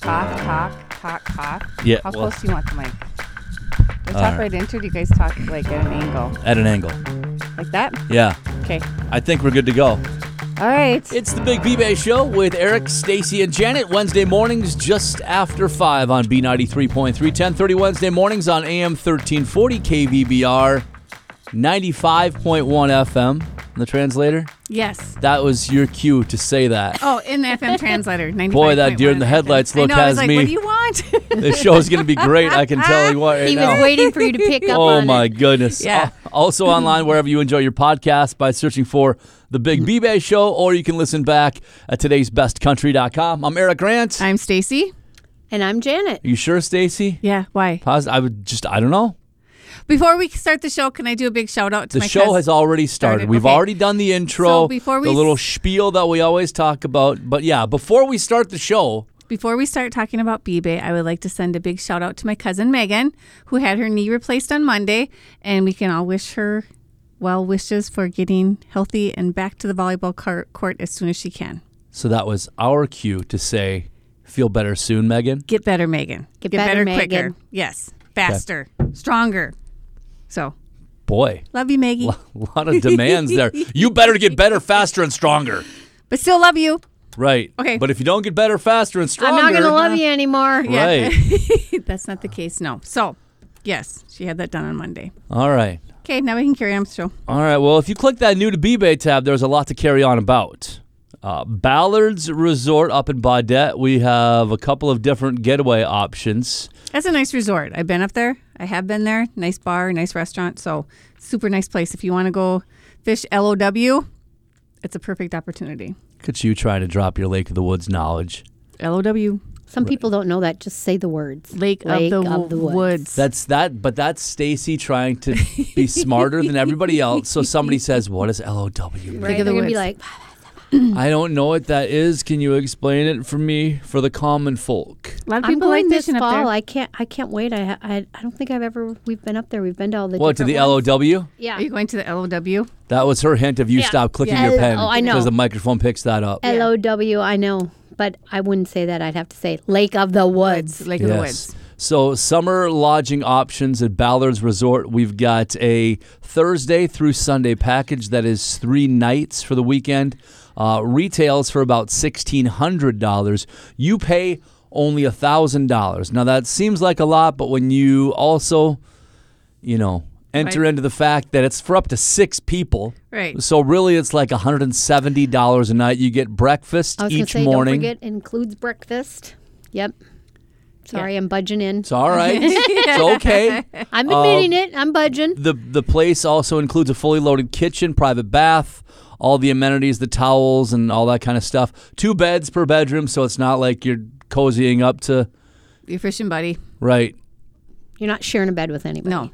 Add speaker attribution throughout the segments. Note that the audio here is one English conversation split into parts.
Speaker 1: talk, talk, talk?
Speaker 2: Yeah,
Speaker 1: How
Speaker 2: well-
Speaker 1: close do you want the mic? Do I
Speaker 2: All
Speaker 1: talk
Speaker 2: right.
Speaker 1: right. into it? Do you guys talk like at an angle?
Speaker 2: at an angle.
Speaker 1: Like that?
Speaker 2: Yeah,
Speaker 1: Okay.
Speaker 2: I think we're good to go.
Speaker 1: All right.
Speaker 2: It's the Big B-Bay Show with Eric, Stacy, and Janet. Wednesday mornings just after 5 on B93.3, 1030 Wednesday mornings on AM 1340 KVBR, 95.1 FM. The translator?
Speaker 1: yes.
Speaker 2: That was your cue to say that.
Speaker 1: Oh, in the FM translator. 95.1
Speaker 2: Boy, that deer in the
Speaker 1: FM.
Speaker 2: headlights
Speaker 1: I
Speaker 2: look
Speaker 1: know, I was
Speaker 2: has
Speaker 1: like,
Speaker 2: me-
Speaker 1: What do you want?
Speaker 2: This show is going to be great. I can tell you what right
Speaker 3: He
Speaker 2: now.
Speaker 3: was waiting for you to pick up
Speaker 2: Oh
Speaker 3: on
Speaker 2: my
Speaker 3: it.
Speaker 2: goodness.
Speaker 1: Yeah.
Speaker 2: Al- Also online wherever you enjoy your podcast by searching for The
Speaker 1: Mm-hmm.
Speaker 2: Big B-Bay Show or you can listen back at today'sbestcountry.com. I'm Eric Grant.
Speaker 1: I'm Stacy.
Speaker 3: And I'm Janet.
Speaker 2: Are you sure, Stacy?
Speaker 1: Yeah. Why?
Speaker 2: Pause. I would just, I don't know.
Speaker 1: Before we start the show, can I do a big shout out to
Speaker 2: The
Speaker 1: my
Speaker 2: show
Speaker 1: cousin-
Speaker 2: has already started.
Speaker 1: started,
Speaker 2: We've
Speaker 1: okay.
Speaker 2: already done the intro,
Speaker 1: So before we
Speaker 2: the
Speaker 1: s-
Speaker 2: little spiel that we always talk about. But yeah, before we start the show,
Speaker 1: Before we start talking about B-Bay, I would like to send a big shout out to my cousin Megan, who had her knee replaced on Monday, and we can all wish her well wishes for getting healthy and back to the volleyball car- court as soon as she can.
Speaker 2: so that was our cue to say, feel better soon, Megan.
Speaker 1: Get better, Megan.
Speaker 3: Get better, Megan.
Speaker 1: quicker. Yes, faster, stronger. So,
Speaker 2: Boy,
Speaker 1: love you, Maggie,
Speaker 2: a lot of demands there. You better get better, faster, and stronger.
Speaker 1: but still love you.
Speaker 2: Right.
Speaker 1: Okay.
Speaker 2: But if you don't get better, faster, and
Speaker 3: I'm
Speaker 2: stronger,
Speaker 3: not going to love you anymore.
Speaker 2: Right.
Speaker 1: That's not the case, no. So, yes, she had that done on Monday.
Speaker 2: All right.
Speaker 1: Okay, now we can carry on with the show.
Speaker 2: All right. Well, if you click that new to B-Bay tab, there's a lot to carry on about. Uh, Ballard's Resort up in Baudette, we have a couple of different getaway options.
Speaker 1: That's a nice resort. I've been up there. I have been there. Nice bar, nice restaurant. So super nice place. If you want to go fish LOW, it's a perfect opportunity.
Speaker 2: Look at you trying to drop your Lake of the Woods knowledge.
Speaker 1: LOW,
Speaker 3: Some people don't know that. Just say the words.
Speaker 1: Lake,
Speaker 3: Lake
Speaker 1: of, the
Speaker 3: of the
Speaker 1: Woods.
Speaker 3: Woods.
Speaker 2: That's that, but that's Stacy trying to be smarter than everybody else. So somebody says, "What is LOW?" mean?"
Speaker 3: Right?
Speaker 1: of the
Speaker 3: They're going to be
Speaker 1: Woods.
Speaker 3: like,
Speaker 2: I don't know what that is. Can you explain it for me for the common folk?
Speaker 1: A lot of
Speaker 3: I'm
Speaker 1: people like
Speaker 3: going this
Speaker 1: fishing up
Speaker 3: fall.
Speaker 1: there.
Speaker 3: I can't. I can't wait. I, ha- I. I don't think I've ever. We've been up there. We've been to all the.
Speaker 2: What to the
Speaker 3: different ones.
Speaker 2: LOW?
Speaker 3: Yeah.
Speaker 1: Are you going to the LOW?
Speaker 2: That was her hint of you stop clicking
Speaker 3: Yeah.
Speaker 2: your pen
Speaker 3: Oh, I know.
Speaker 2: because the microphone picks that up.
Speaker 3: LOW. I know, but I wouldn't say that. I'd have to say Lake of the Woods.
Speaker 1: Lake of the Woods.
Speaker 2: So, summer lodging options at Ballard's Resort. We've got a Thursday through Sunday package that is three nights for the weekend. Uh, retails for about $1,600. You pay only $1,000. Now, that seems like a lot, but when you also, you know, enter
Speaker 1: Right.
Speaker 2: into the fact that it's for up to six people.
Speaker 1: Right.
Speaker 2: So, really, it's like $170 a night. You get breakfast
Speaker 3: I was going to
Speaker 2: each
Speaker 3: say,
Speaker 2: morning.
Speaker 3: don't forget, includes breakfast. Yep. Sorry, I'm budging in.
Speaker 2: it's all right. it's okay.
Speaker 3: I'm admitting
Speaker 2: um,
Speaker 3: it. I'm budging.
Speaker 2: The the place also includes a fully loaded kitchen, private bath, all the amenities, the towels, and all that kind of stuff. Two beds per bedroom, so it's not like you're cozying up to
Speaker 1: Your fishing buddy.
Speaker 2: right,
Speaker 3: You're not sharing a bed with anybody.
Speaker 1: No,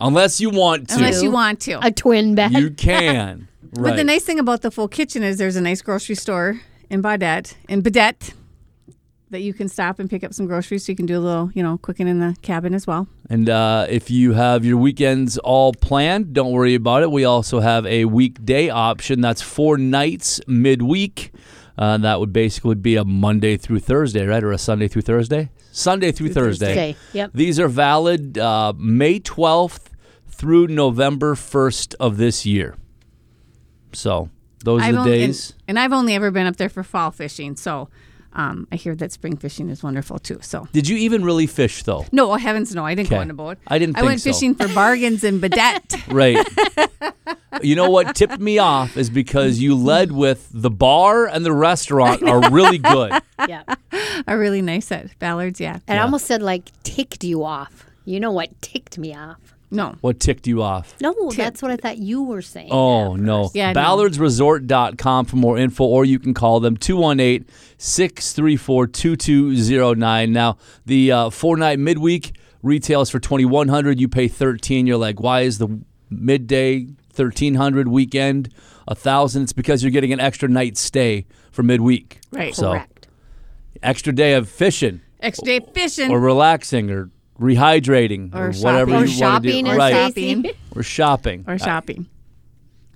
Speaker 2: unless you want to.
Speaker 1: unless you want to.
Speaker 3: A twin bed.
Speaker 2: you can. right.
Speaker 1: But the nice thing about the full kitchen is there's a nice grocery store in Baudette, in Baudette, that you can stop and pick up some groceries. So you can do a little, you know, cooking in the cabin as well.
Speaker 2: And uh, if you have your weekends all planned, don't worry about it. We also have a weekday option. That's four nights midweek. Uh, that would basically be a Monday through Thursday, right? Or a Sunday through Thursday? Sunday through Thursday.
Speaker 3: Thursday, yep.
Speaker 2: These are valid uh, May 12th through November 1st of this year. So those are
Speaker 1: I've
Speaker 2: the
Speaker 1: only- and-
Speaker 2: days.
Speaker 1: And, I've only ever been up there for fall fishing, so um, I hear that spring fishing is wonderful too. So
Speaker 2: Did you even really fish, though?
Speaker 1: no, oh, heavens no, I didn't go
Speaker 2: Okay.
Speaker 1: on a boat.
Speaker 2: I didn't
Speaker 1: I
Speaker 2: think
Speaker 1: went
Speaker 2: so.
Speaker 1: fishing for bargains in Badette.
Speaker 2: Right. you know what tipped me off is because you led with the bar and the restaurant are really good.
Speaker 3: yeah.
Speaker 1: a really nice at Ballard's. Yeah,
Speaker 3: And I almost said like ticked you off. You know what ticked me off?
Speaker 1: no,
Speaker 2: What ticked you off?
Speaker 3: No, that's what I thought you were saying.
Speaker 2: Oh, no.
Speaker 1: Yeah, I know.
Speaker 2: BallardsResort.com for more info, or you can call them 218 634 2209. Now, the uh, four night midweek retails for 2100 You pay 13 You're like, why is the midday 1300 weekend 1000 It's because you're getting an extra night stay for midweek.
Speaker 1: Right.
Speaker 2: So,
Speaker 3: correct.
Speaker 2: extra day of fishing.
Speaker 1: extra day fishing
Speaker 2: or relaxing or rehydrating or,
Speaker 1: Or shopping.
Speaker 2: whatever you
Speaker 3: Or
Speaker 1: Or
Speaker 2: want to
Speaker 3: shopping,
Speaker 2: do.
Speaker 3: as
Speaker 2: right.
Speaker 3: Stacy.
Speaker 1: Shopping.
Speaker 2: Or shopping.
Speaker 1: or shopping.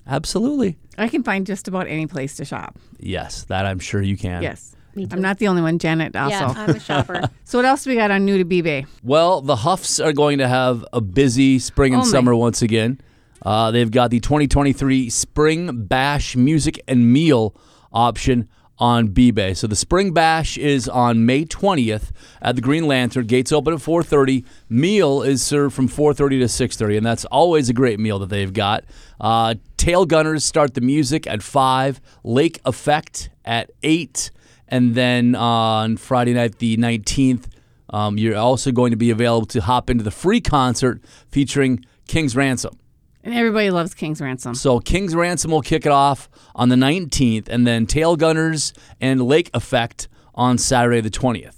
Speaker 2: Absolutely.
Speaker 1: I can find just about any place to shop.
Speaker 2: Yes, that I'm sure you can.
Speaker 1: Yes.
Speaker 3: Me too.
Speaker 1: I'm not the only one, Janet also.
Speaker 3: Yeah, I'm a shopper.
Speaker 1: so what else we got on new to B-Bay?
Speaker 2: Well, the Huffs are going to have a busy spring and
Speaker 1: Oh, my.
Speaker 2: summer once again. Uh, they've got the 2023 Spring Bash Music and Meal option on B-Bay. So the Spring Bash is on May 20th at the Green Lantern. Gates open at 4:30. Meal is served from 4:30 to 6:30, and that's always a great meal that they've got. Uh, Tail Gunners start the music at five. Lake Effect at eight. And then on Friday night, the 19th, um, you're also going to be available to hop into the free concert featuring King's Ransom.
Speaker 1: And everybody loves King's Ransom.
Speaker 2: So King's Ransom will kick it off on the 19th, and then Tail Gunners and Lake Effect on Saturday the 20th.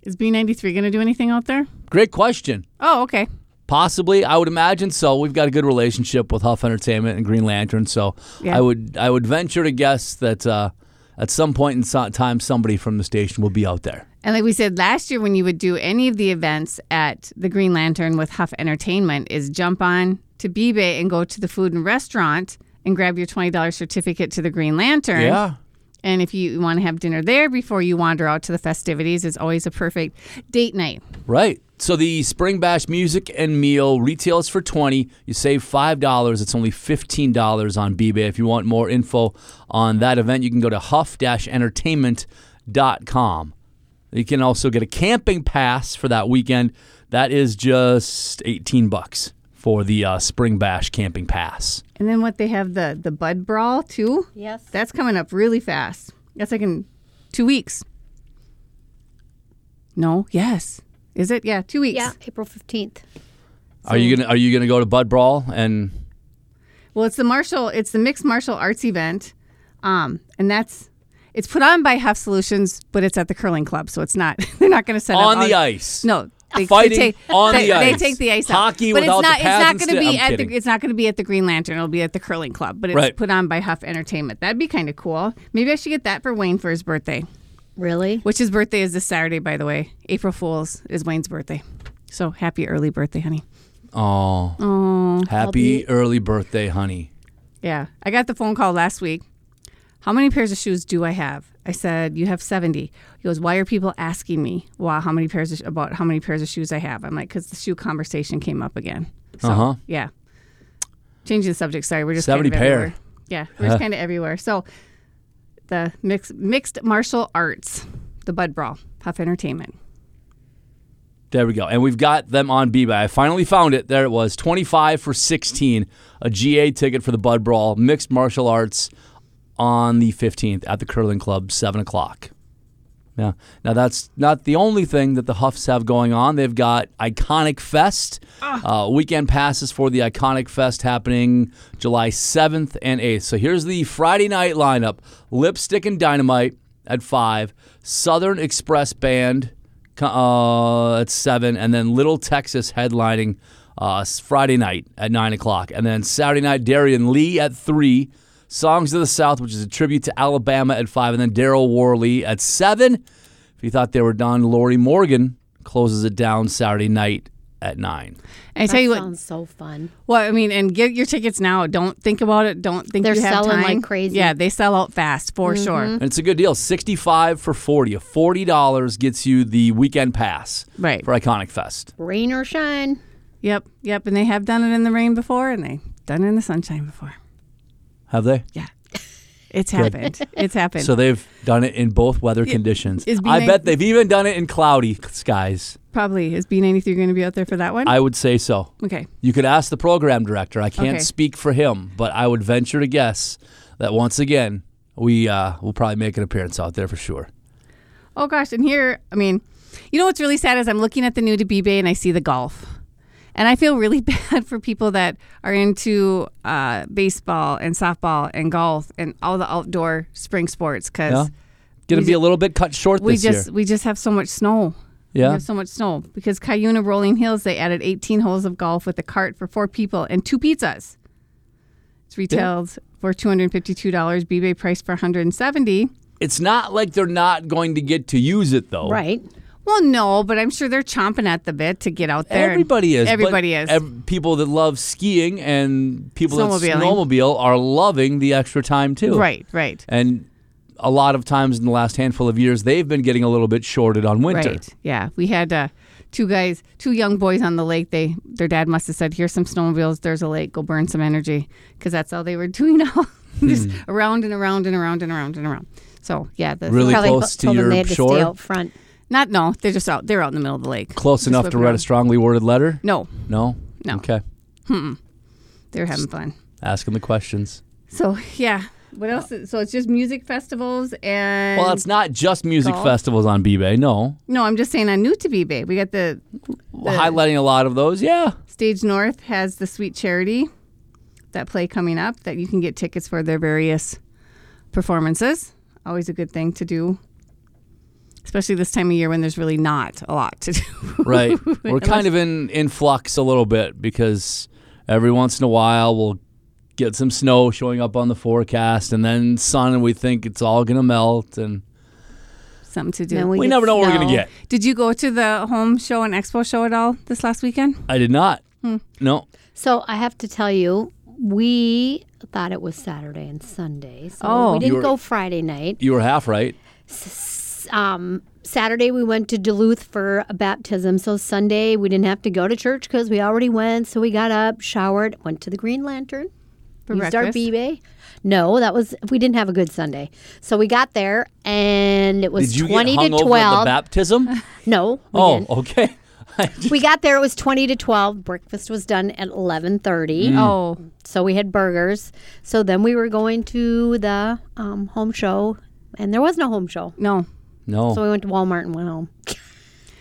Speaker 1: Is B93 going to do anything out there?
Speaker 2: Great question.
Speaker 1: Oh, okay.
Speaker 2: Possibly, I would imagine so. We've got a good relationship with Huff Entertainment and Green Lantern, so
Speaker 1: Yeah.
Speaker 2: I would I would venture to guess that uh, at some point in so- time, somebody from the station will be out there.
Speaker 1: And like we said last year, when you would do any of the events at the Green Lantern with Huff Entertainment, is jump on to B-Bay and go to the food and restaurant and grab your $20 certificate to the Green Lantern. And if you want to have dinner there before you wander out to the festivities, it's always a perfect date night.
Speaker 2: Right. So the Spring Bash music and meal retails for 20. You save $5. It's only $15 on B-Bay. If you want more info on that event, you can go to huff-entertainment.com. You can also get a camping pass for that weekend. That is just 18 bucks for the uh, Spring Bash camping pass.
Speaker 1: And then what they have the the Bud Brawl too.
Speaker 3: yes.
Speaker 1: That's coming up really fast. That's like in two weeks. No, yes. Is it? Yeah, two weeks.
Speaker 3: Yeah, April 15th.
Speaker 2: Are you going to are you going to go to Bud Brawl and
Speaker 1: Well, it's the martial, it's the mixed martial arts event, um, and that's it's put on by Huff Solutions, but it's at the curling club, so it's not. They're not going to set up
Speaker 2: on
Speaker 1: all-
Speaker 2: the ice?
Speaker 1: No, they,
Speaker 2: Fighting
Speaker 1: they take,
Speaker 2: on
Speaker 1: they,
Speaker 2: the
Speaker 1: they
Speaker 2: ice.
Speaker 1: take the ice out.
Speaker 2: Hockey
Speaker 1: but
Speaker 2: without the
Speaker 1: it's not.
Speaker 2: pads
Speaker 1: it's
Speaker 2: and
Speaker 1: not going to
Speaker 2: sti-
Speaker 1: be
Speaker 2: I'm
Speaker 1: at
Speaker 2: kidding.
Speaker 1: the. It's not going to be at the Green Lantern. It'll be at the curling club, but it's
Speaker 2: Right.
Speaker 1: put on by Huff Entertainment. That'd be kind of cool. Maybe I should get that for Wayne for his birthday,
Speaker 3: Really?
Speaker 1: which his birthday is this Saturday, by the way. April Fools is Wayne's birthday, so happy early birthday, honey.
Speaker 2: Oh. Happy
Speaker 3: be-
Speaker 2: early birthday, honey.
Speaker 1: Yeah. I got the phone call last week. How many pairs of shoes do I have? I said, You have 70. He goes, Why are people asking me wow, how many pairs of, about how many pairs of shoes I have? I'm like, Because the shoe conversation came up again. So,
Speaker 2: Uh-huh.
Speaker 1: yeah. Changing the subject. Sorry. We're just
Speaker 2: 70
Speaker 1: kind of
Speaker 2: pair.
Speaker 1: everywhere. Yeah. We're just kind of everywhere. So the mix, mixed martial arts, the Bud Brawl, Huff Entertainment.
Speaker 2: There we go. And we've got them on B-Bay. I finally found it. There it was. 25 for 16. A GA ticket for the Bud Brawl. Mixed martial arts on the 15th at the Curling Club, 7 o'clock. Yeah. Now, that's not the only thing that the Huffs have going on. They've got Iconic Fest. Uh, weekend passes for the Iconic Fest happening July 7th and 8th. So here's the Friday night lineup Lipstick and Dynamite at 5, Southern Express Band co- uh, at 7, and then Little Texas headlining uh, s- Friday night at 9 o'clock. And then Saturday night, Darian Lee at 3. Songs of the South, which is a tribute to Alabama at five, and then Daryl Worley at seven. If you thought they were done, Lori Morgan closes it down Saturday night at nine.
Speaker 1: And I tell
Speaker 3: That
Speaker 1: you what,
Speaker 3: sounds so fun.
Speaker 1: Well, I mean, and get your tickets now. Don't think about it. Don't think
Speaker 3: They're
Speaker 1: you have
Speaker 3: selling like
Speaker 1: time.
Speaker 3: crazy. Mm-hmm.
Speaker 1: Yeah, they sell out fast for sure.
Speaker 2: And it's a good deal. Sixty-five for forty. A forty dollars gets you the weekend pass
Speaker 1: Right.
Speaker 2: for Iconic Fest.
Speaker 3: Rain or shine.
Speaker 1: Yep, yep. And they have done it in the rain before, and they done it in the sunshine before.
Speaker 2: Have they?
Speaker 1: Yeah, it's happened. it's happened.
Speaker 2: So they've done it in both weather conditions.
Speaker 1: is
Speaker 2: I
Speaker 1: B9
Speaker 2: bet they've even done it in cloudy skies.
Speaker 1: Probably is B ninety three going to be out there for that one?
Speaker 2: I would say so.
Speaker 1: okay.
Speaker 2: You could ask the program director. I can't
Speaker 1: Okay.
Speaker 2: speak for him, but I would venture to guess that once again we uh, will probably make an appearance out there for sure.
Speaker 1: Oh gosh, and here, I mean, you know what's really sad is I'm looking at the new to B-Bay and I see the golf. And I feel really bad for people that are into uh, baseball and softball and golf and all the outdoor spring sports because
Speaker 2: Yeah. Going
Speaker 1: We
Speaker 2: to be a little bit cut short
Speaker 1: we
Speaker 2: this
Speaker 1: just
Speaker 2: year.
Speaker 1: we just have so much snow. We
Speaker 2: Yeah.
Speaker 1: have so much snow because Cuyuna Rolling Hills they added 18 holes of golf with a cart for four people and two pizzas. It's retailed for $252, B-Bay price for 170.
Speaker 2: It's not like they're not going to get to use it though.
Speaker 3: Right.
Speaker 1: Well, no, but I'm sure they're chomping at the bit to get out there. and-
Speaker 2: Everybody is. but
Speaker 1: Everybody is.
Speaker 2: ev- people that love skiing and people that
Speaker 1: Snowmobiling.
Speaker 2: snowmobile are loving the extra time too.
Speaker 1: right, right.
Speaker 2: And a lot of times in the last handful of years, they've been getting a little bit shorted on winter.
Speaker 1: Right. Yeah. We had uh, two guys, two young boys on the lake. They their dad must have said, "Here's some snowmobiles. There's a lake. Go burn some energy," because that's all they were doing all
Speaker 2: Hmm.
Speaker 1: just around and around and around and around and around. So yeah, the,
Speaker 2: Really
Speaker 3: Probably
Speaker 2: close to
Speaker 3: told them
Speaker 2: your
Speaker 3: they had to
Speaker 2: shore?
Speaker 3: stay out front.
Speaker 1: not no, they're just out. They're out in the middle of the lake.
Speaker 2: Close
Speaker 1: Just
Speaker 2: enough to
Speaker 1: whipping
Speaker 2: write a
Speaker 1: around.
Speaker 2: strongly worded letter?
Speaker 1: No,
Speaker 2: No?
Speaker 1: No.
Speaker 2: Okay.
Speaker 1: they're having fun.
Speaker 2: Ask them the questions.
Speaker 1: So yeah, what else? is- So it's just music festivals and
Speaker 2: Well, it's not just music
Speaker 1: golf.
Speaker 2: festivals on B-Bay. No.
Speaker 1: no. I'm just saying on New to Be Bay, we got the
Speaker 2: Highlighting a lot of those. Yeah.
Speaker 1: Stage North has the Sweet Charity, that play coming up that you can get tickets for their various performances. Always a good thing to do, especially this time of year when there's really not a lot to do.
Speaker 2: Right. We're kind of in, in flux a little bit because every once in a while we'll get some snow showing up on the forecast and then sun and we think it's all going to melt and
Speaker 1: Something to
Speaker 3: Then
Speaker 1: do.
Speaker 3: we-
Speaker 2: we
Speaker 3: get
Speaker 2: never know what we're going to
Speaker 3: snow.
Speaker 2: get.
Speaker 1: Did you go to the home show and expo show at all this last weekend?
Speaker 2: I did not.
Speaker 3: Hmm.
Speaker 2: No.
Speaker 3: So I have to tell you, we thought it was Saturday and Sunday. So
Speaker 1: Oh.
Speaker 3: we
Speaker 2: You
Speaker 3: didn't
Speaker 2: were-
Speaker 3: go Friday night.
Speaker 2: You were half right.
Speaker 3: um, Saturday we went to Duluth for a baptism. So Sunday we didn't have to go to church because we already went. So we got up, showered, went to the Green Lantern.
Speaker 1: For
Speaker 3: used our
Speaker 1: breakfast?
Speaker 3: B-Bay. No, that was we didn't have a good Sunday. So we got there and it was
Speaker 2: Did you
Speaker 3: twenty
Speaker 2: get hung
Speaker 3: to
Speaker 2: over at the
Speaker 3: twelve.
Speaker 2: baptism?
Speaker 3: no, we
Speaker 2: oh,
Speaker 3: didn't.
Speaker 2: okay.
Speaker 3: we got there. It was twenty to twelve. Breakfast was done at eleven thirty.
Speaker 2: Mm.
Speaker 1: Oh,
Speaker 3: So we had burgers. So then we were going to the um, home show, and there was no home show.
Speaker 1: no.
Speaker 2: No.
Speaker 3: So we went to Walmart and went home.
Speaker 1: Well,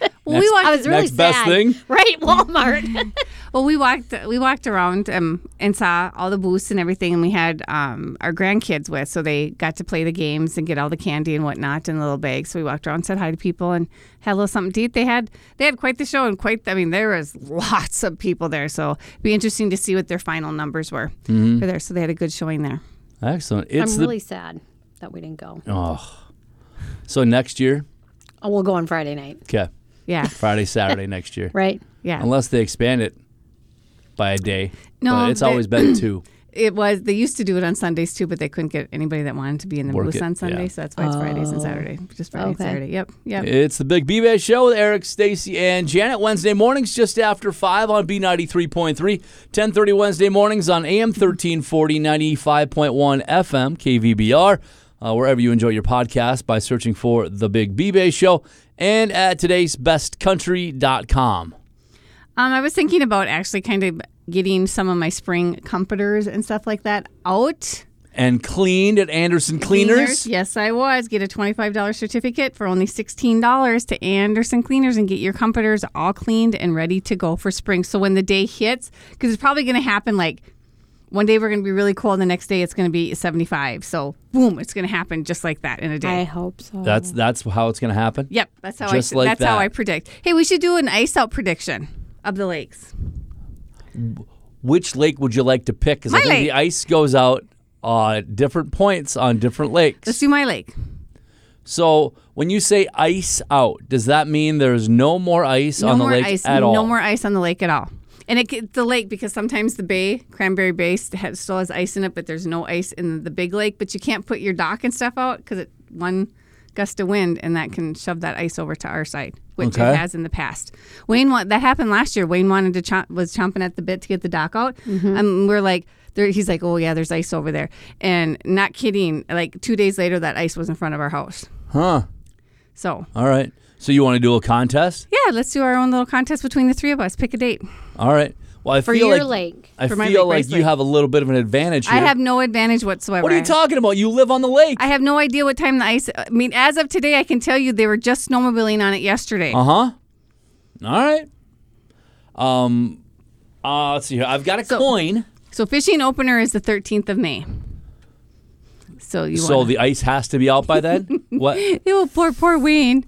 Speaker 2: Next-
Speaker 1: we walked.
Speaker 3: I was really
Speaker 2: Next best
Speaker 3: sad.
Speaker 2: thing?
Speaker 3: right? Walmart.
Speaker 1: Well, we walked we walked around um, and saw all the booths and everything, and we had um, our grandkids with, so they got to play the games and get all the candy and whatnot in little bags. So we walked around, said hi to people, and had a little something to eat. They had they had quite the show and quite. I mean, there was lots of people there, so it'd be interesting to see what their final numbers were
Speaker 2: Mm-hmm.
Speaker 1: for there. So they had a good showing there.
Speaker 2: Excellent. It's
Speaker 3: I'm
Speaker 2: the
Speaker 3: really sad that we didn't go.
Speaker 2: oh. So next year,
Speaker 3: Oh, we'll go on Friday night,
Speaker 2: okay,
Speaker 1: Yeah,
Speaker 2: Friday, Saturday next year,
Speaker 3: right?
Speaker 1: yeah.
Speaker 2: unless they expand it by a day.
Speaker 1: No,
Speaker 2: but it's
Speaker 1: they-
Speaker 2: always been two.
Speaker 1: It was they used to do it on Sundays too, but they couldn't get anybody that wanted to be in the
Speaker 2: Work
Speaker 1: booths
Speaker 2: it,
Speaker 1: on Sunday,
Speaker 2: yeah. Oh.
Speaker 1: so that's why it's Fridays and Saturday, just Friday and
Speaker 3: Okay.
Speaker 1: Saturday. Yep, yep.
Speaker 2: It's the Big B-Bay Show with Eric, Stacy, and Janet. Wednesday mornings just after 5 on B93.3. 1030 Wednesday mornings on AM 1340, 95.1 FM, KVBR. uh, wherever you enjoy your podcast by searching for The Big B-Bay Show and at today's bestcountry.com.
Speaker 1: Um, I was thinking about actually kind of getting some of my spring comforters and stuff like that out.
Speaker 2: And cleaned at Anderson Cleaners.
Speaker 1: Yes, I was. Get a $25 certificate for only $16 to Anderson Cleaners and get your comforters all cleaned and ready to go for spring. So when the day hits, because it's probably going to happen like one day we're going to be really cold, the next day it's going to be 75. So boom, it's going to happen just like that in a day.
Speaker 3: I hope so.
Speaker 2: That's that's how it's going to happen.
Speaker 1: yep, that's how
Speaker 2: Just
Speaker 1: I
Speaker 2: like
Speaker 1: that's how
Speaker 2: that.
Speaker 1: I predict. Hey, we should do an ice out prediction of the lakes.
Speaker 2: Which lake would you like to pick? Because I
Speaker 1: My
Speaker 2: think
Speaker 1: lake.
Speaker 2: the ice goes out uh, at different points on different lakes.
Speaker 1: Let's do my lake.
Speaker 2: So when you say ice out, does that mean there's no more ice
Speaker 1: no
Speaker 2: on the
Speaker 1: more
Speaker 2: lake
Speaker 1: ice,
Speaker 2: at
Speaker 1: no
Speaker 2: all?
Speaker 1: more ice on the lake at all. And it, it's the lake because sometimes the bay, Cranberry Bay, st- has, still has ice in it, but there's no ice in the big lake. But you can't put your dock and stuff out because it one gust of wind and that can shove that ice over to our side, which
Speaker 2: Okay.
Speaker 1: it has in the past. Wayne, wa- that happened last year. Wayne wanted to chomp, was chomping at the bit to get the dock out,
Speaker 2: Mm-hmm.
Speaker 1: and we're like. There, he's like, oh yeah, there's ice over there, and not kidding. Like two days later, that ice was in front of our house.
Speaker 2: Huh.
Speaker 1: So
Speaker 2: All right. So you want to do a contest?
Speaker 1: yeah, let's do our own little contest between the three of us. Pick a date.
Speaker 2: All right. Well, I
Speaker 3: for
Speaker 2: feel
Speaker 3: your
Speaker 2: like
Speaker 3: lake.
Speaker 2: I
Speaker 1: For my
Speaker 2: feel
Speaker 1: lake,
Speaker 2: like
Speaker 1: Grace
Speaker 2: you
Speaker 1: Lake.
Speaker 2: have a little bit of an advantage here.
Speaker 1: I have no advantage whatsoever.
Speaker 2: what are you talking about? You live on the lake.
Speaker 1: I have no idea what time the ice. I mean, as of today, I can tell you they were just snowmobiling on it yesterday.
Speaker 2: Uh huh. All right. Um. Uh, let's see here. I've got a
Speaker 1: So-
Speaker 2: coin.
Speaker 1: So fishing opener is the 13th of May. So you
Speaker 2: So
Speaker 1: want
Speaker 2: the ice has to be out by then. what?
Speaker 1: Ew, poor poor Wayne.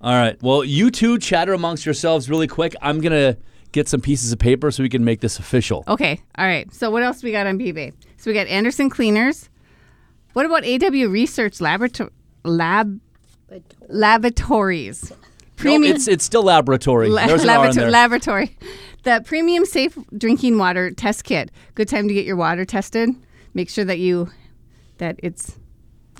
Speaker 2: All right. Well, you two chatter amongst yourselves really quick. I'm gonna get some pieces of paper so we can make this official.
Speaker 1: Okay, all right. So what else we got on B-Bay? So we got Anderson Cleaners. What about AW Research Laborator- Lab Laboratories?
Speaker 2: No,
Speaker 1: Premium-
Speaker 2: it's it's still laboratory.
Speaker 1: La-
Speaker 2: There's an R in
Speaker 1: laboratory,
Speaker 2: there.
Speaker 1: laboratory. The premium safe drinking water test kit. Good time to get your water tested. Make sure that you that it's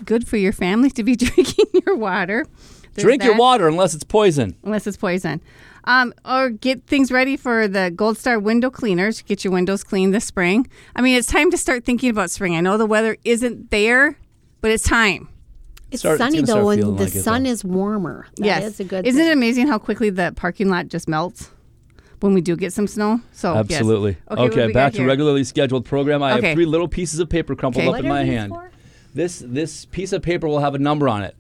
Speaker 1: good for your family to be drinking your water. There's
Speaker 2: Drink your
Speaker 1: that,
Speaker 2: water unless it's poison.
Speaker 1: Unless it's poison. Um, or get things ready for the Gold Star window cleaners. Get your windows cleaned this spring. I mean, it's time to start thinking about spring. I know the weather isn't there, but it's time.
Speaker 3: It's
Speaker 2: Start- it's
Speaker 3: sunny
Speaker 2: gonna
Speaker 3: though,
Speaker 2: start
Speaker 3: and
Speaker 2: feeling
Speaker 3: the
Speaker 2: like it,
Speaker 3: sun is warmer. That
Speaker 1: yes.
Speaker 3: is a good.
Speaker 1: Isn't
Speaker 3: thing.
Speaker 1: it amazing how quickly the parking lot just melts when we do get some snow? So Oh, yes.
Speaker 2: Absolutely.
Speaker 1: Okay, what do we got
Speaker 2: back to
Speaker 1: here?
Speaker 2: regularly scheduled program. I
Speaker 1: Okay.
Speaker 2: have three little pieces of paper crumpled
Speaker 1: Okay.
Speaker 2: up
Speaker 1: What
Speaker 2: in
Speaker 3: are
Speaker 2: my
Speaker 3: these
Speaker 2: hand.
Speaker 3: for?
Speaker 2: This this piece of paper will have a number on it.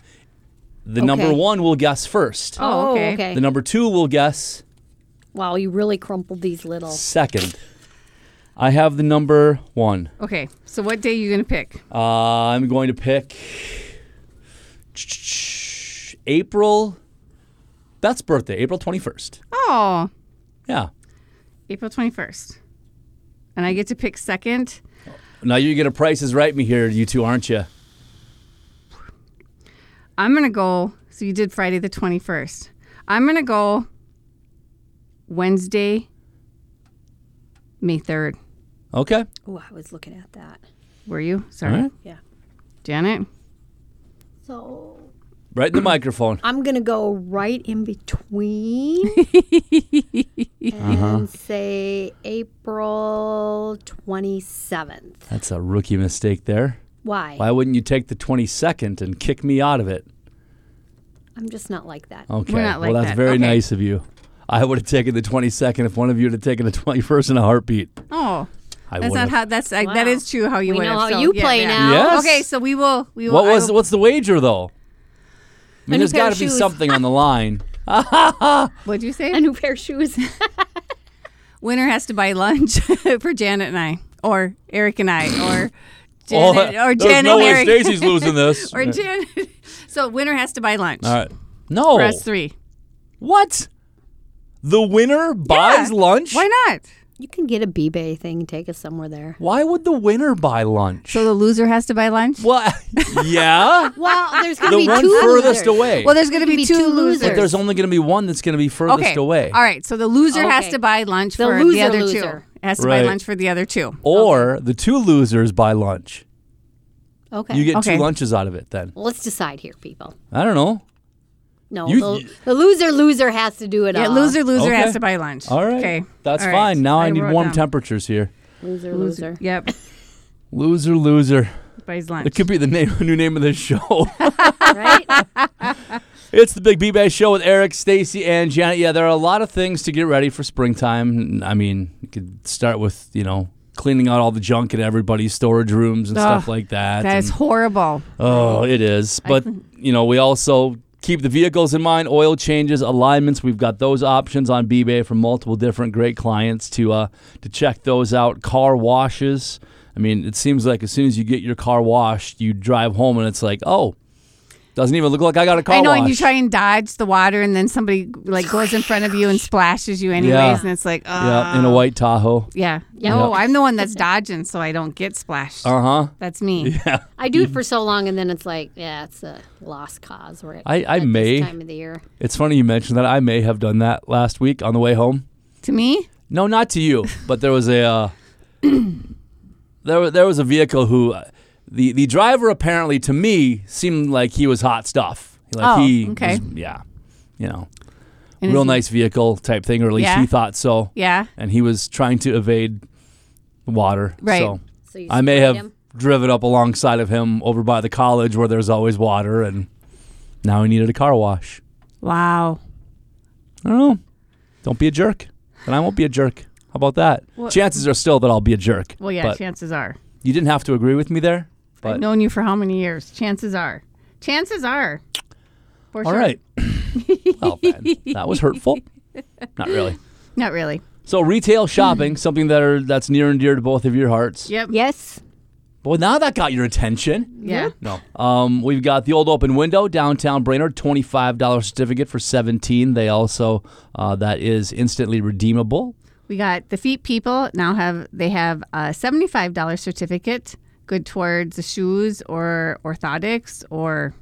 Speaker 2: The number
Speaker 3: Okay.
Speaker 2: one will guess first.
Speaker 1: Oh,
Speaker 3: Oh,
Speaker 1: okay.
Speaker 3: okay.
Speaker 2: The number two will guess
Speaker 3: wow, you really crumpled these little.
Speaker 2: second. I have the number one.
Speaker 1: Okay. So what day are you gonna pick?
Speaker 2: Uh, I'm going to pick April. That's birthday, April 21st.
Speaker 1: Oh,
Speaker 2: Yeah.
Speaker 1: April twenty first. And I get to pick second.
Speaker 2: Now you get a prices right me here, you two, aren't you?
Speaker 1: I'm gonna go. So you did Friday the 21st. I'm gonna go Wednesday, May 3rd.
Speaker 2: Okay.
Speaker 3: Oh, I was looking at that.
Speaker 1: Were you?
Speaker 2: All
Speaker 1: Sorry,
Speaker 2: right.
Speaker 3: Yeah.
Speaker 1: Janet.
Speaker 3: So
Speaker 2: Right in the microphone.
Speaker 3: I'm gonna go right in between and
Speaker 2: Uh-huh.
Speaker 3: say April 27th.
Speaker 2: That's a rookie mistake there.
Speaker 3: Why?
Speaker 2: Why wouldn't you take the 22nd and kick me out of it?
Speaker 3: I'm just not like that.
Speaker 2: Okay.
Speaker 1: We're not like
Speaker 2: well, that's
Speaker 1: that.
Speaker 2: very
Speaker 1: Okay.
Speaker 2: nice of you. I would have taken the 22nd if one of you had taken the 21st in a heartbeat.
Speaker 1: Oh,
Speaker 2: I
Speaker 1: that's
Speaker 2: would
Speaker 1: not
Speaker 2: have.
Speaker 1: how. That's I that
Speaker 3: Wow.
Speaker 1: is true. How you
Speaker 3: We
Speaker 1: would
Speaker 3: know
Speaker 1: have,
Speaker 3: how
Speaker 1: so,
Speaker 3: you
Speaker 1: yeah,
Speaker 3: play
Speaker 1: yeah.
Speaker 3: now.
Speaker 2: Yes.
Speaker 1: Okay, so we will. We will.
Speaker 2: What
Speaker 1: I
Speaker 2: was
Speaker 1: will-
Speaker 2: what's the wager though? I mean,
Speaker 3: new
Speaker 2: there's
Speaker 3: pair
Speaker 2: got
Speaker 3: of
Speaker 2: to be
Speaker 3: shoes.
Speaker 2: something on the line.
Speaker 1: What'd you say?
Speaker 3: A new pair of shoes.
Speaker 1: Winner has to buy lunch for Janet and I, or Eric and I, or Janet, or
Speaker 2: there's
Speaker 1: Janet and
Speaker 2: no way
Speaker 1: Eric,
Speaker 2: Stacy's losing this.
Speaker 1: or Janet. So winner has to buy lunch
Speaker 2: All right. No.
Speaker 1: for us three.
Speaker 2: What? The winner buys
Speaker 1: Yeah.
Speaker 2: lunch?
Speaker 1: Why not?
Speaker 3: you can get a B-Bay thing, take us somewhere there.
Speaker 2: Why would the winner buy lunch?
Speaker 1: So the loser has to buy lunch.
Speaker 2: what? yeah.
Speaker 3: Well, there's gonna
Speaker 2: the
Speaker 3: be
Speaker 2: one
Speaker 3: two
Speaker 2: furthest
Speaker 3: losers.
Speaker 2: away.
Speaker 1: Well, there's going to be,
Speaker 3: be
Speaker 1: two,
Speaker 3: two
Speaker 1: losers.
Speaker 2: but there's only going to be one that's going to be furthest
Speaker 1: okay.
Speaker 2: away.
Speaker 1: All right. So the loser has
Speaker 3: Okay.
Speaker 1: to buy lunch
Speaker 3: The
Speaker 1: for the
Speaker 3: loser
Speaker 1: other
Speaker 3: loser.
Speaker 1: two. Has to
Speaker 2: Right.
Speaker 1: buy lunch for the other two.
Speaker 2: Or the two losers buy lunch.
Speaker 3: Okay.
Speaker 2: You get
Speaker 1: Okay.
Speaker 2: two lunches out of it then.
Speaker 3: Let's decide here, people.
Speaker 2: I don't know.
Speaker 3: No,
Speaker 2: You-
Speaker 3: the, the loser loser has to do it
Speaker 1: Yeah,
Speaker 3: all.
Speaker 1: loser loser
Speaker 2: Okay.
Speaker 1: has to buy lunch.
Speaker 2: All right.
Speaker 1: Okay.
Speaker 2: That's
Speaker 1: All right.
Speaker 2: fine. Now I, need
Speaker 1: wrote
Speaker 2: warm
Speaker 1: down.
Speaker 2: temperatures here.
Speaker 3: loser loser.
Speaker 1: Yep.
Speaker 2: Loser, loser.
Speaker 1: Buys lunch.
Speaker 2: It could be the name, new name of this show.
Speaker 3: Right?
Speaker 2: It's the Big B-Bay Show with Eric, Stacy, and Janet. Yeah, there are a lot of things to get ready for springtime. I mean, you could start with, you know, cleaning out all the junk in everybody's storage rooms and stuff
Speaker 1: Ugh,
Speaker 2: like that.
Speaker 1: that is
Speaker 2: And-
Speaker 1: horrible.
Speaker 2: oh, it is. But, you know, we also keep the vehicles in mind, oil changes, alignments. We've got those options on B-Bay from multiple different great clients to, uh, to check those out. Car washes. I mean, it seems like as soon as you get your car washed, you drive home and it's like, oh, doesn't even look like I got a car
Speaker 1: I know,
Speaker 2: wash.
Speaker 1: and you try and dodge the water, and then somebody like goes in front of you and splashes you anyways,
Speaker 2: Yeah.
Speaker 1: and it's like, oh,
Speaker 2: Yeah, in a white Tahoe.
Speaker 1: yeah, No, I'm the one that's dodging, so I don't get splashed.
Speaker 2: Uh huh.
Speaker 1: that's me.
Speaker 3: I do it for so long, and then it's like, yeah, it's a lost cause. Right?
Speaker 2: I- I
Speaker 3: at this
Speaker 2: may.
Speaker 3: time of the year.
Speaker 2: It's funny you mentioned that. I may have done that last week on the way home.
Speaker 1: To me,
Speaker 2: No, not to you, but there was a uh, there wa- there was a vehicle who uh, the the driver apparently to me seemed like he was hot stuff. Like
Speaker 1: Oh,
Speaker 2: he
Speaker 1: okay.
Speaker 2: was- yeah, you know,
Speaker 1: And
Speaker 2: real
Speaker 1: is-
Speaker 2: nice vehicle type thing, or at least
Speaker 1: Yeah?
Speaker 2: he thought so.
Speaker 1: Yeah.
Speaker 2: and he was trying to evade water.
Speaker 1: Right.
Speaker 2: So
Speaker 3: So you
Speaker 2: I may
Speaker 3: sprayed
Speaker 2: have
Speaker 3: him?
Speaker 2: driven up alongside of him over by the college where there's always water, and now he needed a car wash.
Speaker 1: Wow.
Speaker 2: I don't know. Don't be a jerk. And I won't be a jerk. How about that?
Speaker 1: Well-
Speaker 2: Chances are still that I'll be a jerk.
Speaker 1: Well, yeah,
Speaker 2: But
Speaker 1: chances are.
Speaker 2: you didn't have to agree with me there. But
Speaker 1: I've known you for how many years? Chances are. Chances are. For
Speaker 2: all
Speaker 1: sure.
Speaker 2: right. well, then, that was hurtful. Not really.
Speaker 1: Not really.
Speaker 2: So retail shopping, something that are that's near and dear to both of your hearts.
Speaker 1: Yep.
Speaker 3: Yes.
Speaker 2: Well, now that got your attention.
Speaker 1: Yeah.
Speaker 2: No. Um, we've got the old open window downtown Brainerd, twenty-five dollar certificate for seventeen. They also uh, that is instantly redeemable.
Speaker 1: We got the feet people now have they have a seventy-five dollar certificate good towards the shoes or orthotics or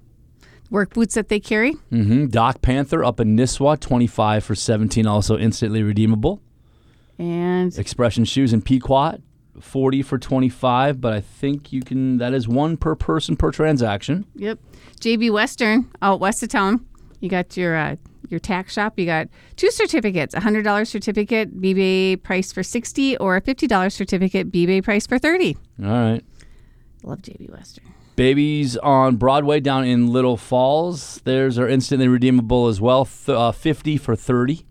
Speaker 1: work boots that they carry.
Speaker 2: hmm Doc Panther up in Nisswa, twenty-five for seventeen, also instantly redeemable.
Speaker 1: And
Speaker 2: Expression shoes in Pequot, 40 for 25, but I think you can, that is one per person per transaction.
Speaker 1: Yep. JB Western out west of town. You got your uh, your tax shop. You got two certificates: a hundred dollar certificate, BBA price for sixty, or a fifty dollar certificate, BBA price for thirty.
Speaker 2: All right.
Speaker 1: Love JB Western.
Speaker 2: Babies on Broadway down in Little Falls. Theirs are instantly redeemable as well. Th- uh, 50 for 30.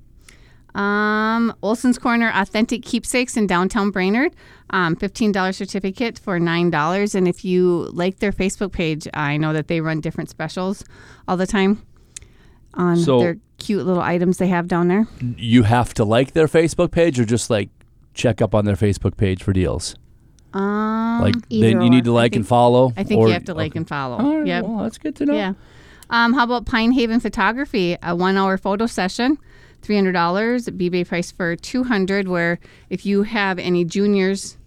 Speaker 1: Um, Olson's Corner Authentic Keepsakes in downtown Brainerd. Um, $15 certificate for $9. And if you like their Facebook page, I know that they run different specials all the time on
Speaker 2: So-
Speaker 1: their cute little items they have down there.
Speaker 2: You have to like their Facebook page or just like check up on their Facebook page for deals.
Speaker 1: Um,
Speaker 2: Like
Speaker 3: either
Speaker 2: then you need
Speaker 1: or.
Speaker 2: to
Speaker 1: I
Speaker 2: like
Speaker 1: think-
Speaker 2: and follow.
Speaker 1: I think
Speaker 2: or-
Speaker 1: you have to like
Speaker 2: okay.
Speaker 1: and follow.
Speaker 2: All right,
Speaker 1: yep.
Speaker 2: Well, that's good to know.
Speaker 1: Yeah. Um, how about Pine Haven Photography? A one-hour photo session, three hundred dollars. BBA price for two hundred. Where if you have any juniors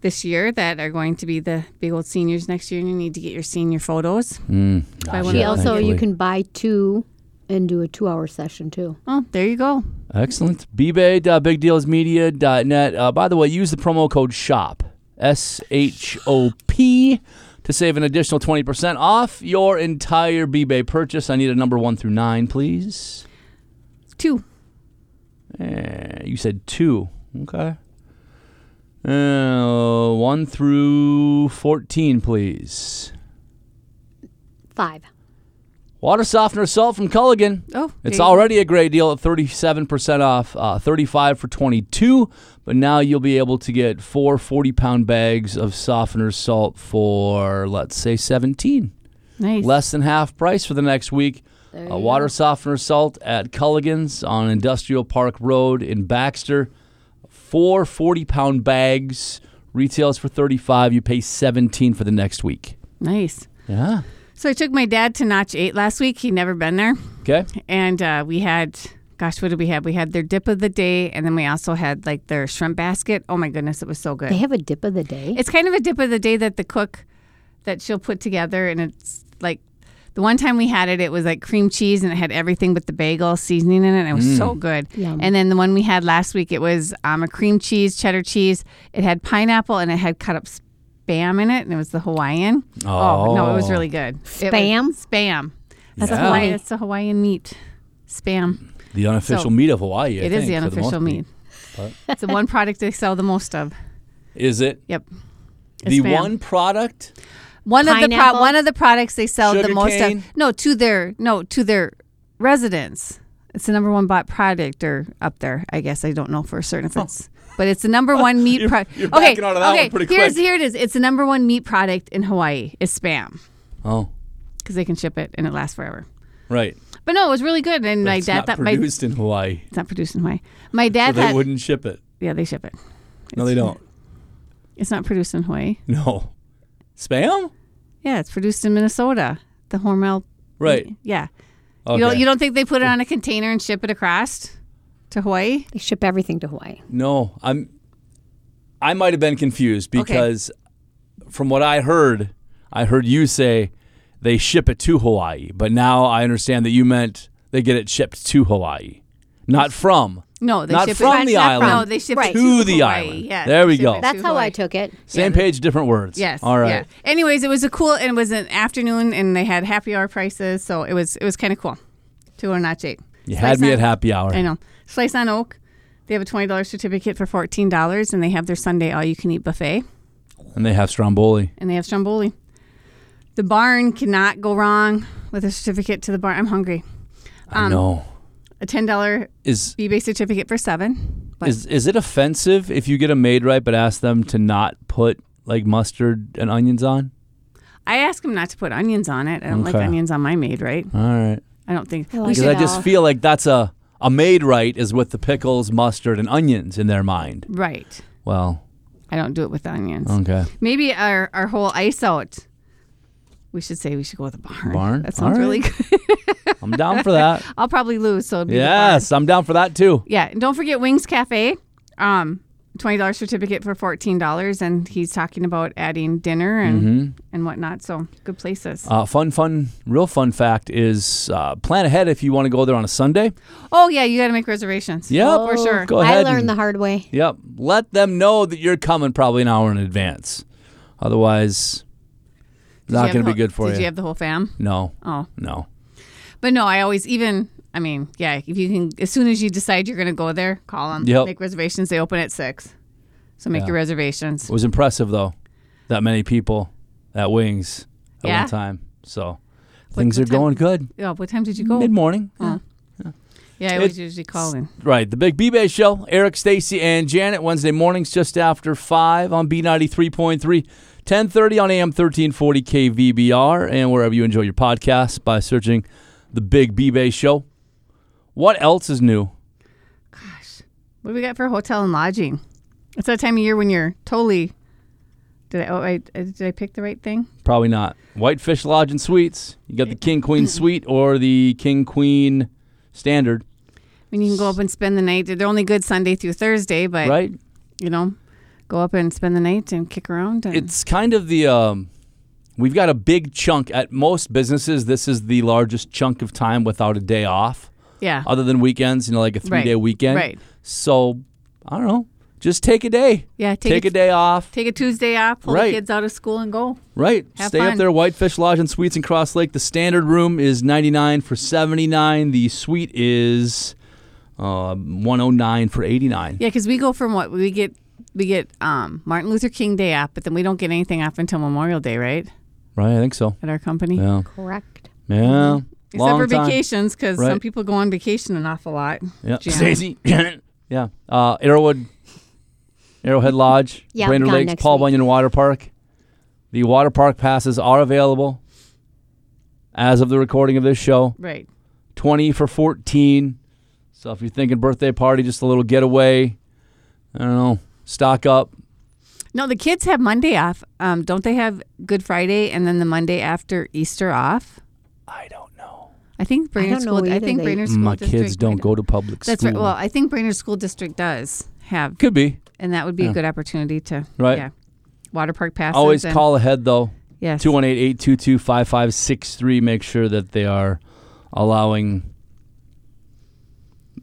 Speaker 1: this year that are going to be the big old seniors next year, and you need to get your senior photos.
Speaker 2: Ah,
Speaker 1: one Yeah,
Speaker 3: She
Speaker 2: shit,
Speaker 3: also,
Speaker 2: thankfully.
Speaker 3: you can buy two and do a two hour session too.
Speaker 1: Oh, there you go.
Speaker 2: Excellent. bbay.bigdealsmedia.net. Uh, by the way, use the promo code SHOP, S H O P, to save an additional 20% off your entire bbay purchase. I need a number one through nine, please.
Speaker 1: Two.
Speaker 2: Eh, you said two. Okay. Uh, one through 14, please.
Speaker 3: Five.
Speaker 2: Water softener salt from Culligan.
Speaker 1: Oh, there
Speaker 2: It's
Speaker 1: you go.
Speaker 2: already a great deal at 37% off, uh, 35 for 22, but now you'll be able to get four 40-pound bags of softener salt for let's say 17.
Speaker 1: Nice.
Speaker 2: Less than half price for the next week.
Speaker 3: There
Speaker 2: Uh,
Speaker 3: you
Speaker 2: water softener salt at Culligan's on Industrial Park Road in Baxter. Four 40-pound bags retails for 35, you pay 17 for the next week.
Speaker 1: Nice.
Speaker 2: Yeah.
Speaker 1: So I took my dad to Notch Eight last week. He'd never been there.
Speaker 2: Okay.
Speaker 1: and uh, we had gosh what did we have we had their dip of the day and then we also had like their shrimp basket oh my goodness it was so
Speaker 3: They
Speaker 1: good
Speaker 3: have a dip of the day.
Speaker 1: it's kind of a dip of the day that the cook that she'll put together and it's like the one time we had it it was like cream cheese and it had everything but the bagel seasoning in it and it was so
Speaker 2: Mm.
Speaker 1: good
Speaker 3: Yum.
Speaker 1: and then the one we had last week it was um, a cream cheese cheddar cheese it had pineapple and it had cut up spam in it and it was the hawaiian no it was
Speaker 2: Oh.
Speaker 1: really good It was-
Speaker 3: Spam?
Speaker 1: spam that's
Speaker 2: Yeah.
Speaker 1: Hawaiian. It's a Hawaiian meat. Spam.
Speaker 2: The unofficial
Speaker 1: So,
Speaker 2: meat of Hawaii. I
Speaker 1: it is
Speaker 2: think,
Speaker 1: the
Speaker 2: for most
Speaker 1: unofficial meat. It's the one product they sell the most of.
Speaker 2: Is it?
Speaker 1: Yep.
Speaker 2: the
Speaker 1: spam.
Speaker 2: one product
Speaker 1: One of the pro-
Speaker 3: Pineapple?
Speaker 1: one of the products they sell the
Speaker 2: Sugar
Speaker 1: most
Speaker 2: cane?
Speaker 1: of. No, to their no to their residents. It's the number one bought product or up there. I guess I don't know for certain if it's. But it's the number one meat
Speaker 2: Oh. You're-
Speaker 1: product.
Speaker 2: you're
Speaker 1: okay,
Speaker 2: backing out of that
Speaker 1: okay.
Speaker 2: one pretty
Speaker 1: here's
Speaker 2: quick.
Speaker 1: here it is. It's the number one meat product in Hawaii. Is spam
Speaker 2: oh
Speaker 1: because they can ship it and it lasts forever.
Speaker 2: right
Speaker 1: But no, it was really good. And my
Speaker 2: it's
Speaker 1: dad
Speaker 2: not
Speaker 1: thought my
Speaker 2: produced in hawaii
Speaker 1: it's not produced in Hawaii. My
Speaker 2: so
Speaker 1: dad
Speaker 2: they
Speaker 1: thought
Speaker 2: wouldn't ship it
Speaker 1: yeah they ship it.
Speaker 2: no they don't
Speaker 1: It's not produced in Hawaii.
Speaker 2: no spam
Speaker 1: Yeah, it's produced in Minnesota. The Hormel.
Speaker 2: right
Speaker 1: Yeah.
Speaker 2: okay.
Speaker 1: You don't you don't think they put it on a container and ship it across to Hawaii?
Speaker 3: They ship everything to Hawaii.
Speaker 2: no i'm i might have been confused because from what i heard i heard you say they ship it to hawaii but now i understand that you meant they get it shipped to hawaii not from
Speaker 1: No, they
Speaker 2: Not
Speaker 1: ship
Speaker 2: from
Speaker 1: it
Speaker 2: the
Speaker 1: Not from-
Speaker 2: island.
Speaker 1: No, they ship
Speaker 3: Right.
Speaker 1: it
Speaker 2: To
Speaker 1: to
Speaker 2: the
Speaker 1: Hawaii.
Speaker 2: island.
Speaker 1: Yeah,
Speaker 2: There
Speaker 1: they
Speaker 2: we
Speaker 1: ship
Speaker 2: go.
Speaker 1: it to
Speaker 3: That's how
Speaker 1: Hawaii.
Speaker 3: I took it.
Speaker 2: same page different words
Speaker 1: Yes.
Speaker 2: all
Speaker 1: yeah.
Speaker 2: right
Speaker 1: Anyways, it was a cool and it was an afternoon and they had happy hour prices, so it was it was kind of cool. Two or not eight.
Speaker 2: you had me
Speaker 1: on-
Speaker 2: at happy hour
Speaker 1: I know. Slice on Oak. They have a twenty dollars certificate for fourteen dollars, and they have their Sunday all you can eat buffet.
Speaker 2: and they have stromboli
Speaker 1: and they have stromboli. The barn cannot go wrong with a certificate to the barn. I'm hungry. Um,
Speaker 2: i know
Speaker 1: A ten dollar
Speaker 2: is
Speaker 1: BBA certificate for seven. But
Speaker 2: Is is it offensive if you get a maid right but ask them to not put like mustard and onions on?
Speaker 1: I ask them not to put onions on it. I don't like
Speaker 2: Okay.
Speaker 1: onions on my maid, right?
Speaker 2: All right.
Speaker 1: I don't think
Speaker 3: I
Speaker 1: we
Speaker 3: like
Speaker 2: Because
Speaker 1: should.
Speaker 2: I
Speaker 3: it
Speaker 2: just
Speaker 3: all.
Speaker 2: feel like that's a a maid right is with the pickles, mustard, and onions in their mind.
Speaker 1: Right.
Speaker 2: Well,
Speaker 1: I don't do it with onions.
Speaker 2: okay.
Speaker 1: Maybe our our whole ice out. We should say we should go with a barn.
Speaker 2: Barn?
Speaker 1: That sounds
Speaker 2: All
Speaker 1: really good.
Speaker 2: I'm down for that.
Speaker 1: I'll probably lose, so it'd be the barn.
Speaker 2: yes, I'm down for that too.
Speaker 1: Yeah, and don't forget Wings Cafe. Um, twenty dollar certificate for fourteen dollars, and he's talking about adding dinner and
Speaker 2: Mm-hmm.
Speaker 1: and whatnot. So good places.
Speaker 2: Uh, fun, fun, real fun fact is uh, plan ahead if you want to go there on a Sunday.
Speaker 1: oh yeah, you got to make reservations.
Speaker 2: Yep.
Speaker 1: Yeah,
Speaker 3: Oh,
Speaker 1: for sure.
Speaker 2: Go
Speaker 3: I
Speaker 2: ahead
Speaker 3: learned
Speaker 2: and-
Speaker 3: the hard way.
Speaker 2: Yep. Let them know that you're coming probably an hour in advance. Otherwise,
Speaker 1: Did
Speaker 2: not
Speaker 1: you have
Speaker 2: going to
Speaker 1: the
Speaker 2: be good for
Speaker 1: whole-
Speaker 2: you.
Speaker 1: Did you have the whole fam?
Speaker 2: no.
Speaker 1: Oh.
Speaker 2: No.
Speaker 1: But no, I always even. I mean, yeah. If you can, as soon as you decide you're going to go there, call them.
Speaker 2: Yep.
Speaker 1: Make reservations. They open at six, so make
Speaker 2: Yeah.
Speaker 1: your reservations.
Speaker 2: It was impressive though, that many people at Wings at
Speaker 1: Yeah.
Speaker 2: one time. So things
Speaker 1: what
Speaker 2: are going good.
Speaker 1: Yeah. Oh, What time did you go?
Speaker 2: Mid morning.
Speaker 1: yeah, I
Speaker 2: it's-
Speaker 1: always usually call in.
Speaker 2: Right, the Big B-Bay Show. Eric, Stacy, and Janet Wednesday mornings just after five on B ninety three point three. 1030 on AM 1340 KVBR and wherever you enjoy your podcast by searching the Big B-Bay Show. What else is new?
Speaker 1: What do we got for hotel and lodging? It's that time of year when you're totally. Did I? Oh, I, I- did I pick the right thing?
Speaker 2: Probably not. Whitefish Lodge and Suites. You got the King Queen Suite or the King Queen Standard,
Speaker 1: I mean, you can go up and spend the night. They're only good Sunday through Thursday, but
Speaker 2: right?
Speaker 1: you know, go up and spend the night and kick around. And
Speaker 2: It's kind of the um, we've got a big chunk at most businesses. This is the largest chunk of time without a day off,
Speaker 1: yeah,
Speaker 2: other than weekends. You know, like a three
Speaker 1: Right,
Speaker 2: day weekend.
Speaker 1: right.
Speaker 2: So I don't know. Just take a day.
Speaker 1: yeah. Take,
Speaker 2: take
Speaker 1: a,
Speaker 2: a day off.
Speaker 1: take a Tuesday off. Pull
Speaker 2: Right.
Speaker 1: the kids out of school and go.
Speaker 2: Right.
Speaker 1: Have
Speaker 2: Stay up
Speaker 1: fun.
Speaker 2: there. Whitefish Lodge and Suites in Cross Lake. The standard room is 99 for 79. The suite is uh, 109 for 89.
Speaker 1: Yeah, because we go from what we get. We get um, Martin Luther King Day off, but then we don't get anything off until Memorial Day, right?
Speaker 2: Right. I think so.
Speaker 1: At our company,
Speaker 2: Yeah.
Speaker 3: Correct.
Speaker 2: Yeah.
Speaker 1: except
Speaker 2: Long
Speaker 1: for
Speaker 2: time.
Speaker 1: vacations, because some
Speaker 2: Right.
Speaker 1: people go on vacation an awful lot.
Speaker 2: Yeah.
Speaker 1: Jan.
Speaker 2: Stacey. yeah. Uh, Arrowwood. Arrowhead Lodge.
Speaker 3: Yeah, I'm
Speaker 2: Brainerd
Speaker 3: gone
Speaker 2: Lakes.
Speaker 3: next
Speaker 2: Paul
Speaker 3: week.
Speaker 2: Bunyan Water Park. The water park passes are available as of the recording of this show.
Speaker 1: Right.
Speaker 2: 20 for 14. So if you're thinking birthday party, just a little getaway, I don't know, stock up.
Speaker 1: No, the kids have Monday off. Um, don't they have Good Friday and then the Monday after Easter off?
Speaker 2: I don't know.
Speaker 1: I think Brainerd
Speaker 3: don't know
Speaker 1: School. I
Speaker 3: either.
Speaker 1: think
Speaker 3: They-
Speaker 1: Brainerd School.
Speaker 2: Mm, My
Speaker 1: District
Speaker 2: kids don't
Speaker 1: might-
Speaker 2: go to public
Speaker 1: That's
Speaker 2: school.
Speaker 1: right. Well, I think Brainerd School District does have,
Speaker 2: Could be.
Speaker 1: and that would be
Speaker 2: Yeah.
Speaker 1: a good opportunity to
Speaker 2: Right.
Speaker 1: Yeah, water park passes.
Speaker 2: Always
Speaker 1: and-
Speaker 2: call ahead, though.
Speaker 1: Yes.
Speaker 2: 218-822-5563 make sure that they are allowing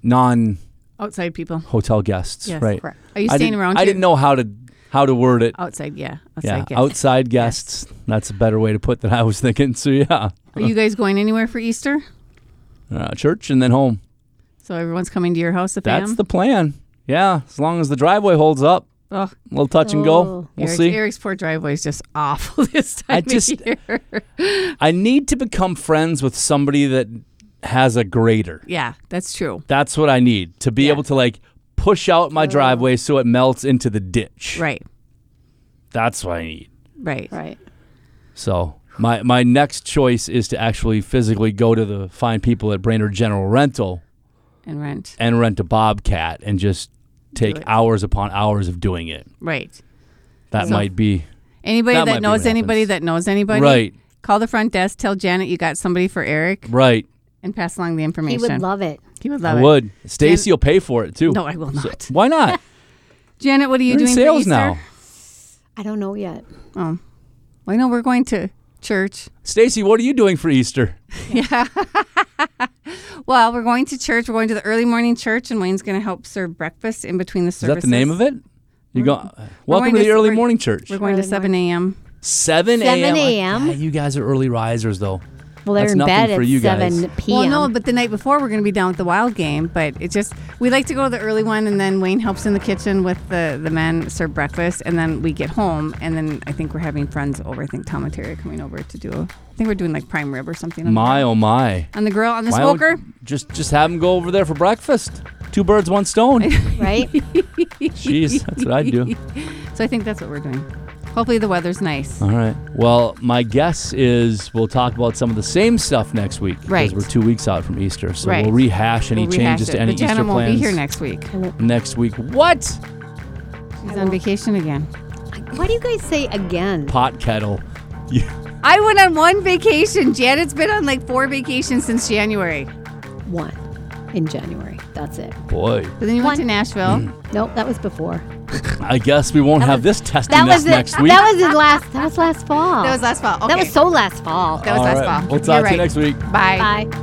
Speaker 2: non-hotel
Speaker 1: outside people.
Speaker 2: guests
Speaker 1: Yes,
Speaker 2: right
Speaker 3: correct.
Speaker 1: Are you
Speaker 2: I
Speaker 1: staying
Speaker 2: didn't-
Speaker 1: around? too?
Speaker 2: i
Speaker 1: Oh,
Speaker 2: didn't know how to how to word it
Speaker 1: Outside, yeah.
Speaker 2: yeah
Speaker 1: Outside, yeah.
Speaker 2: outside guests that's a better way to put than i was thinking so yeah
Speaker 1: Are you guys going anywhere for Easter?
Speaker 2: uh, church and then home
Speaker 1: So everyone's coming to your house, the fam.
Speaker 2: that's the plan yeah as long as the driveway holds up
Speaker 1: oh,
Speaker 2: a little touch and
Speaker 3: Oh.
Speaker 2: go we'll
Speaker 1: Eric's,
Speaker 2: see
Speaker 1: Eric's poor driveway is just awful this time
Speaker 2: I just-
Speaker 1: of year.
Speaker 2: i need to become friends with somebody that has a grader
Speaker 1: yeah, that's true.
Speaker 2: That's what I need to be
Speaker 1: Yeah.
Speaker 2: able to like push out my driveway so it melts into the ditch.
Speaker 1: Right,
Speaker 2: That's what I need.
Speaker 1: right.
Speaker 3: Right.
Speaker 2: So my my next choice is to actually physically go to the fine people at Brainerd General Rental
Speaker 1: And rent.
Speaker 2: and rent a Bobcat and just take
Speaker 1: it.
Speaker 2: hours upon hours of doing it.
Speaker 1: Right.
Speaker 2: That might be
Speaker 1: Anybody
Speaker 2: That
Speaker 1: that,
Speaker 2: might be
Speaker 1: knows
Speaker 2: what
Speaker 1: anybody
Speaker 2: happens.
Speaker 1: that knows anybody,
Speaker 2: right.
Speaker 1: call the front desk, tell Janet you got somebody for Eric,
Speaker 2: Right.
Speaker 1: and pass along the
Speaker 3: He
Speaker 1: information.
Speaker 3: would love it.
Speaker 1: He would love
Speaker 2: I
Speaker 1: it.
Speaker 2: would. Stacy will pay for it too.
Speaker 1: No, I will not.
Speaker 2: Why not?
Speaker 1: Janet, what are you
Speaker 2: You're in
Speaker 1: doing for
Speaker 2: sales
Speaker 1: Easter?
Speaker 2: now.
Speaker 3: I don't know yet.
Speaker 1: Oh, well, I know we're going to church.
Speaker 2: Stacy, what are you doing for Easter?
Speaker 1: Well, we're going to church. We're going to the early morning church, and Wayne's going to help serve breakfast in between the
Speaker 2: Is
Speaker 1: services.
Speaker 2: that the name of it? You go.
Speaker 1: going
Speaker 2: Welcome to
Speaker 1: to
Speaker 2: the early
Speaker 1: we're-
Speaker 2: morning church.
Speaker 1: We're going to
Speaker 3: Early
Speaker 1: 7 a.m.
Speaker 2: 7 a.m.
Speaker 3: 7
Speaker 2: Like,
Speaker 3: a.m.?
Speaker 2: "Yeah, you guys are early risers, though.
Speaker 3: Well, they're
Speaker 2: That's
Speaker 3: in
Speaker 2: nothing
Speaker 3: bed
Speaker 2: for
Speaker 3: at
Speaker 2: you guys.
Speaker 3: 7 p.m.
Speaker 1: Well, no, but the night before we're going to be down with the wild game. But it just we like to go to the early one, and then Wayne helps in the kitchen with the the men serve breakfast, and then we get home, and then I think we're having friends over. I think Tom and Terry are coming over to do. I think we're doing like prime rib or something. on the-
Speaker 2: My, oh, my.
Speaker 1: on the grill on the
Speaker 2: Why don't-
Speaker 1: smoker.
Speaker 2: Just just have them go over there for breakfast. Two birds, one stone.
Speaker 3: right?
Speaker 2: Jeez, that's what I'd do.
Speaker 1: So I think that's what we're doing. Hopefully the weather's nice.
Speaker 2: All right. Well, my guess is we'll talk about some of the same stuff next week.
Speaker 1: Right.
Speaker 2: Because we're two weeks out from Easter. So
Speaker 1: Right.
Speaker 2: we'll rehash any
Speaker 1: We'll rehash
Speaker 2: changes
Speaker 1: it,
Speaker 2: to any
Speaker 1: but
Speaker 2: Easter
Speaker 1: Jana won't
Speaker 2: plans
Speaker 1: be here next week.
Speaker 2: next week. What?
Speaker 1: She's on vacation again.
Speaker 3: Why do you guys say again?
Speaker 2: Pot kettle. You-
Speaker 1: I went on one vacation. Janet's been on like four vacations since January.
Speaker 3: One in January. That's it.
Speaker 2: Boy,
Speaker 1: But then you went to
Speaker 3: One.
Speaker 1: Nashville.
Speaker 2: Mm.
Speaker 3: Nope, that was before.
Speaker 2: I guess we won't have this testing
Speaker 3: That was
Speaker 2: next, next
Speaker 3: it.
Speaker 2: week.
Speaker 3: That was it last. That was last fall.
Speaker 1: That was last fall.
Speaker 3: That was so last fall.
Speaker 1: That was
Speaker 2: All
Speaker 1: last
Speaker 2: right.
Speaker 1: fall.
Speaker 2: We'll talk
Speaker 1: You're
Speaker 2: to
Speaker 1: right.
Speaker 2: you next week.
Speaker 3: Bye.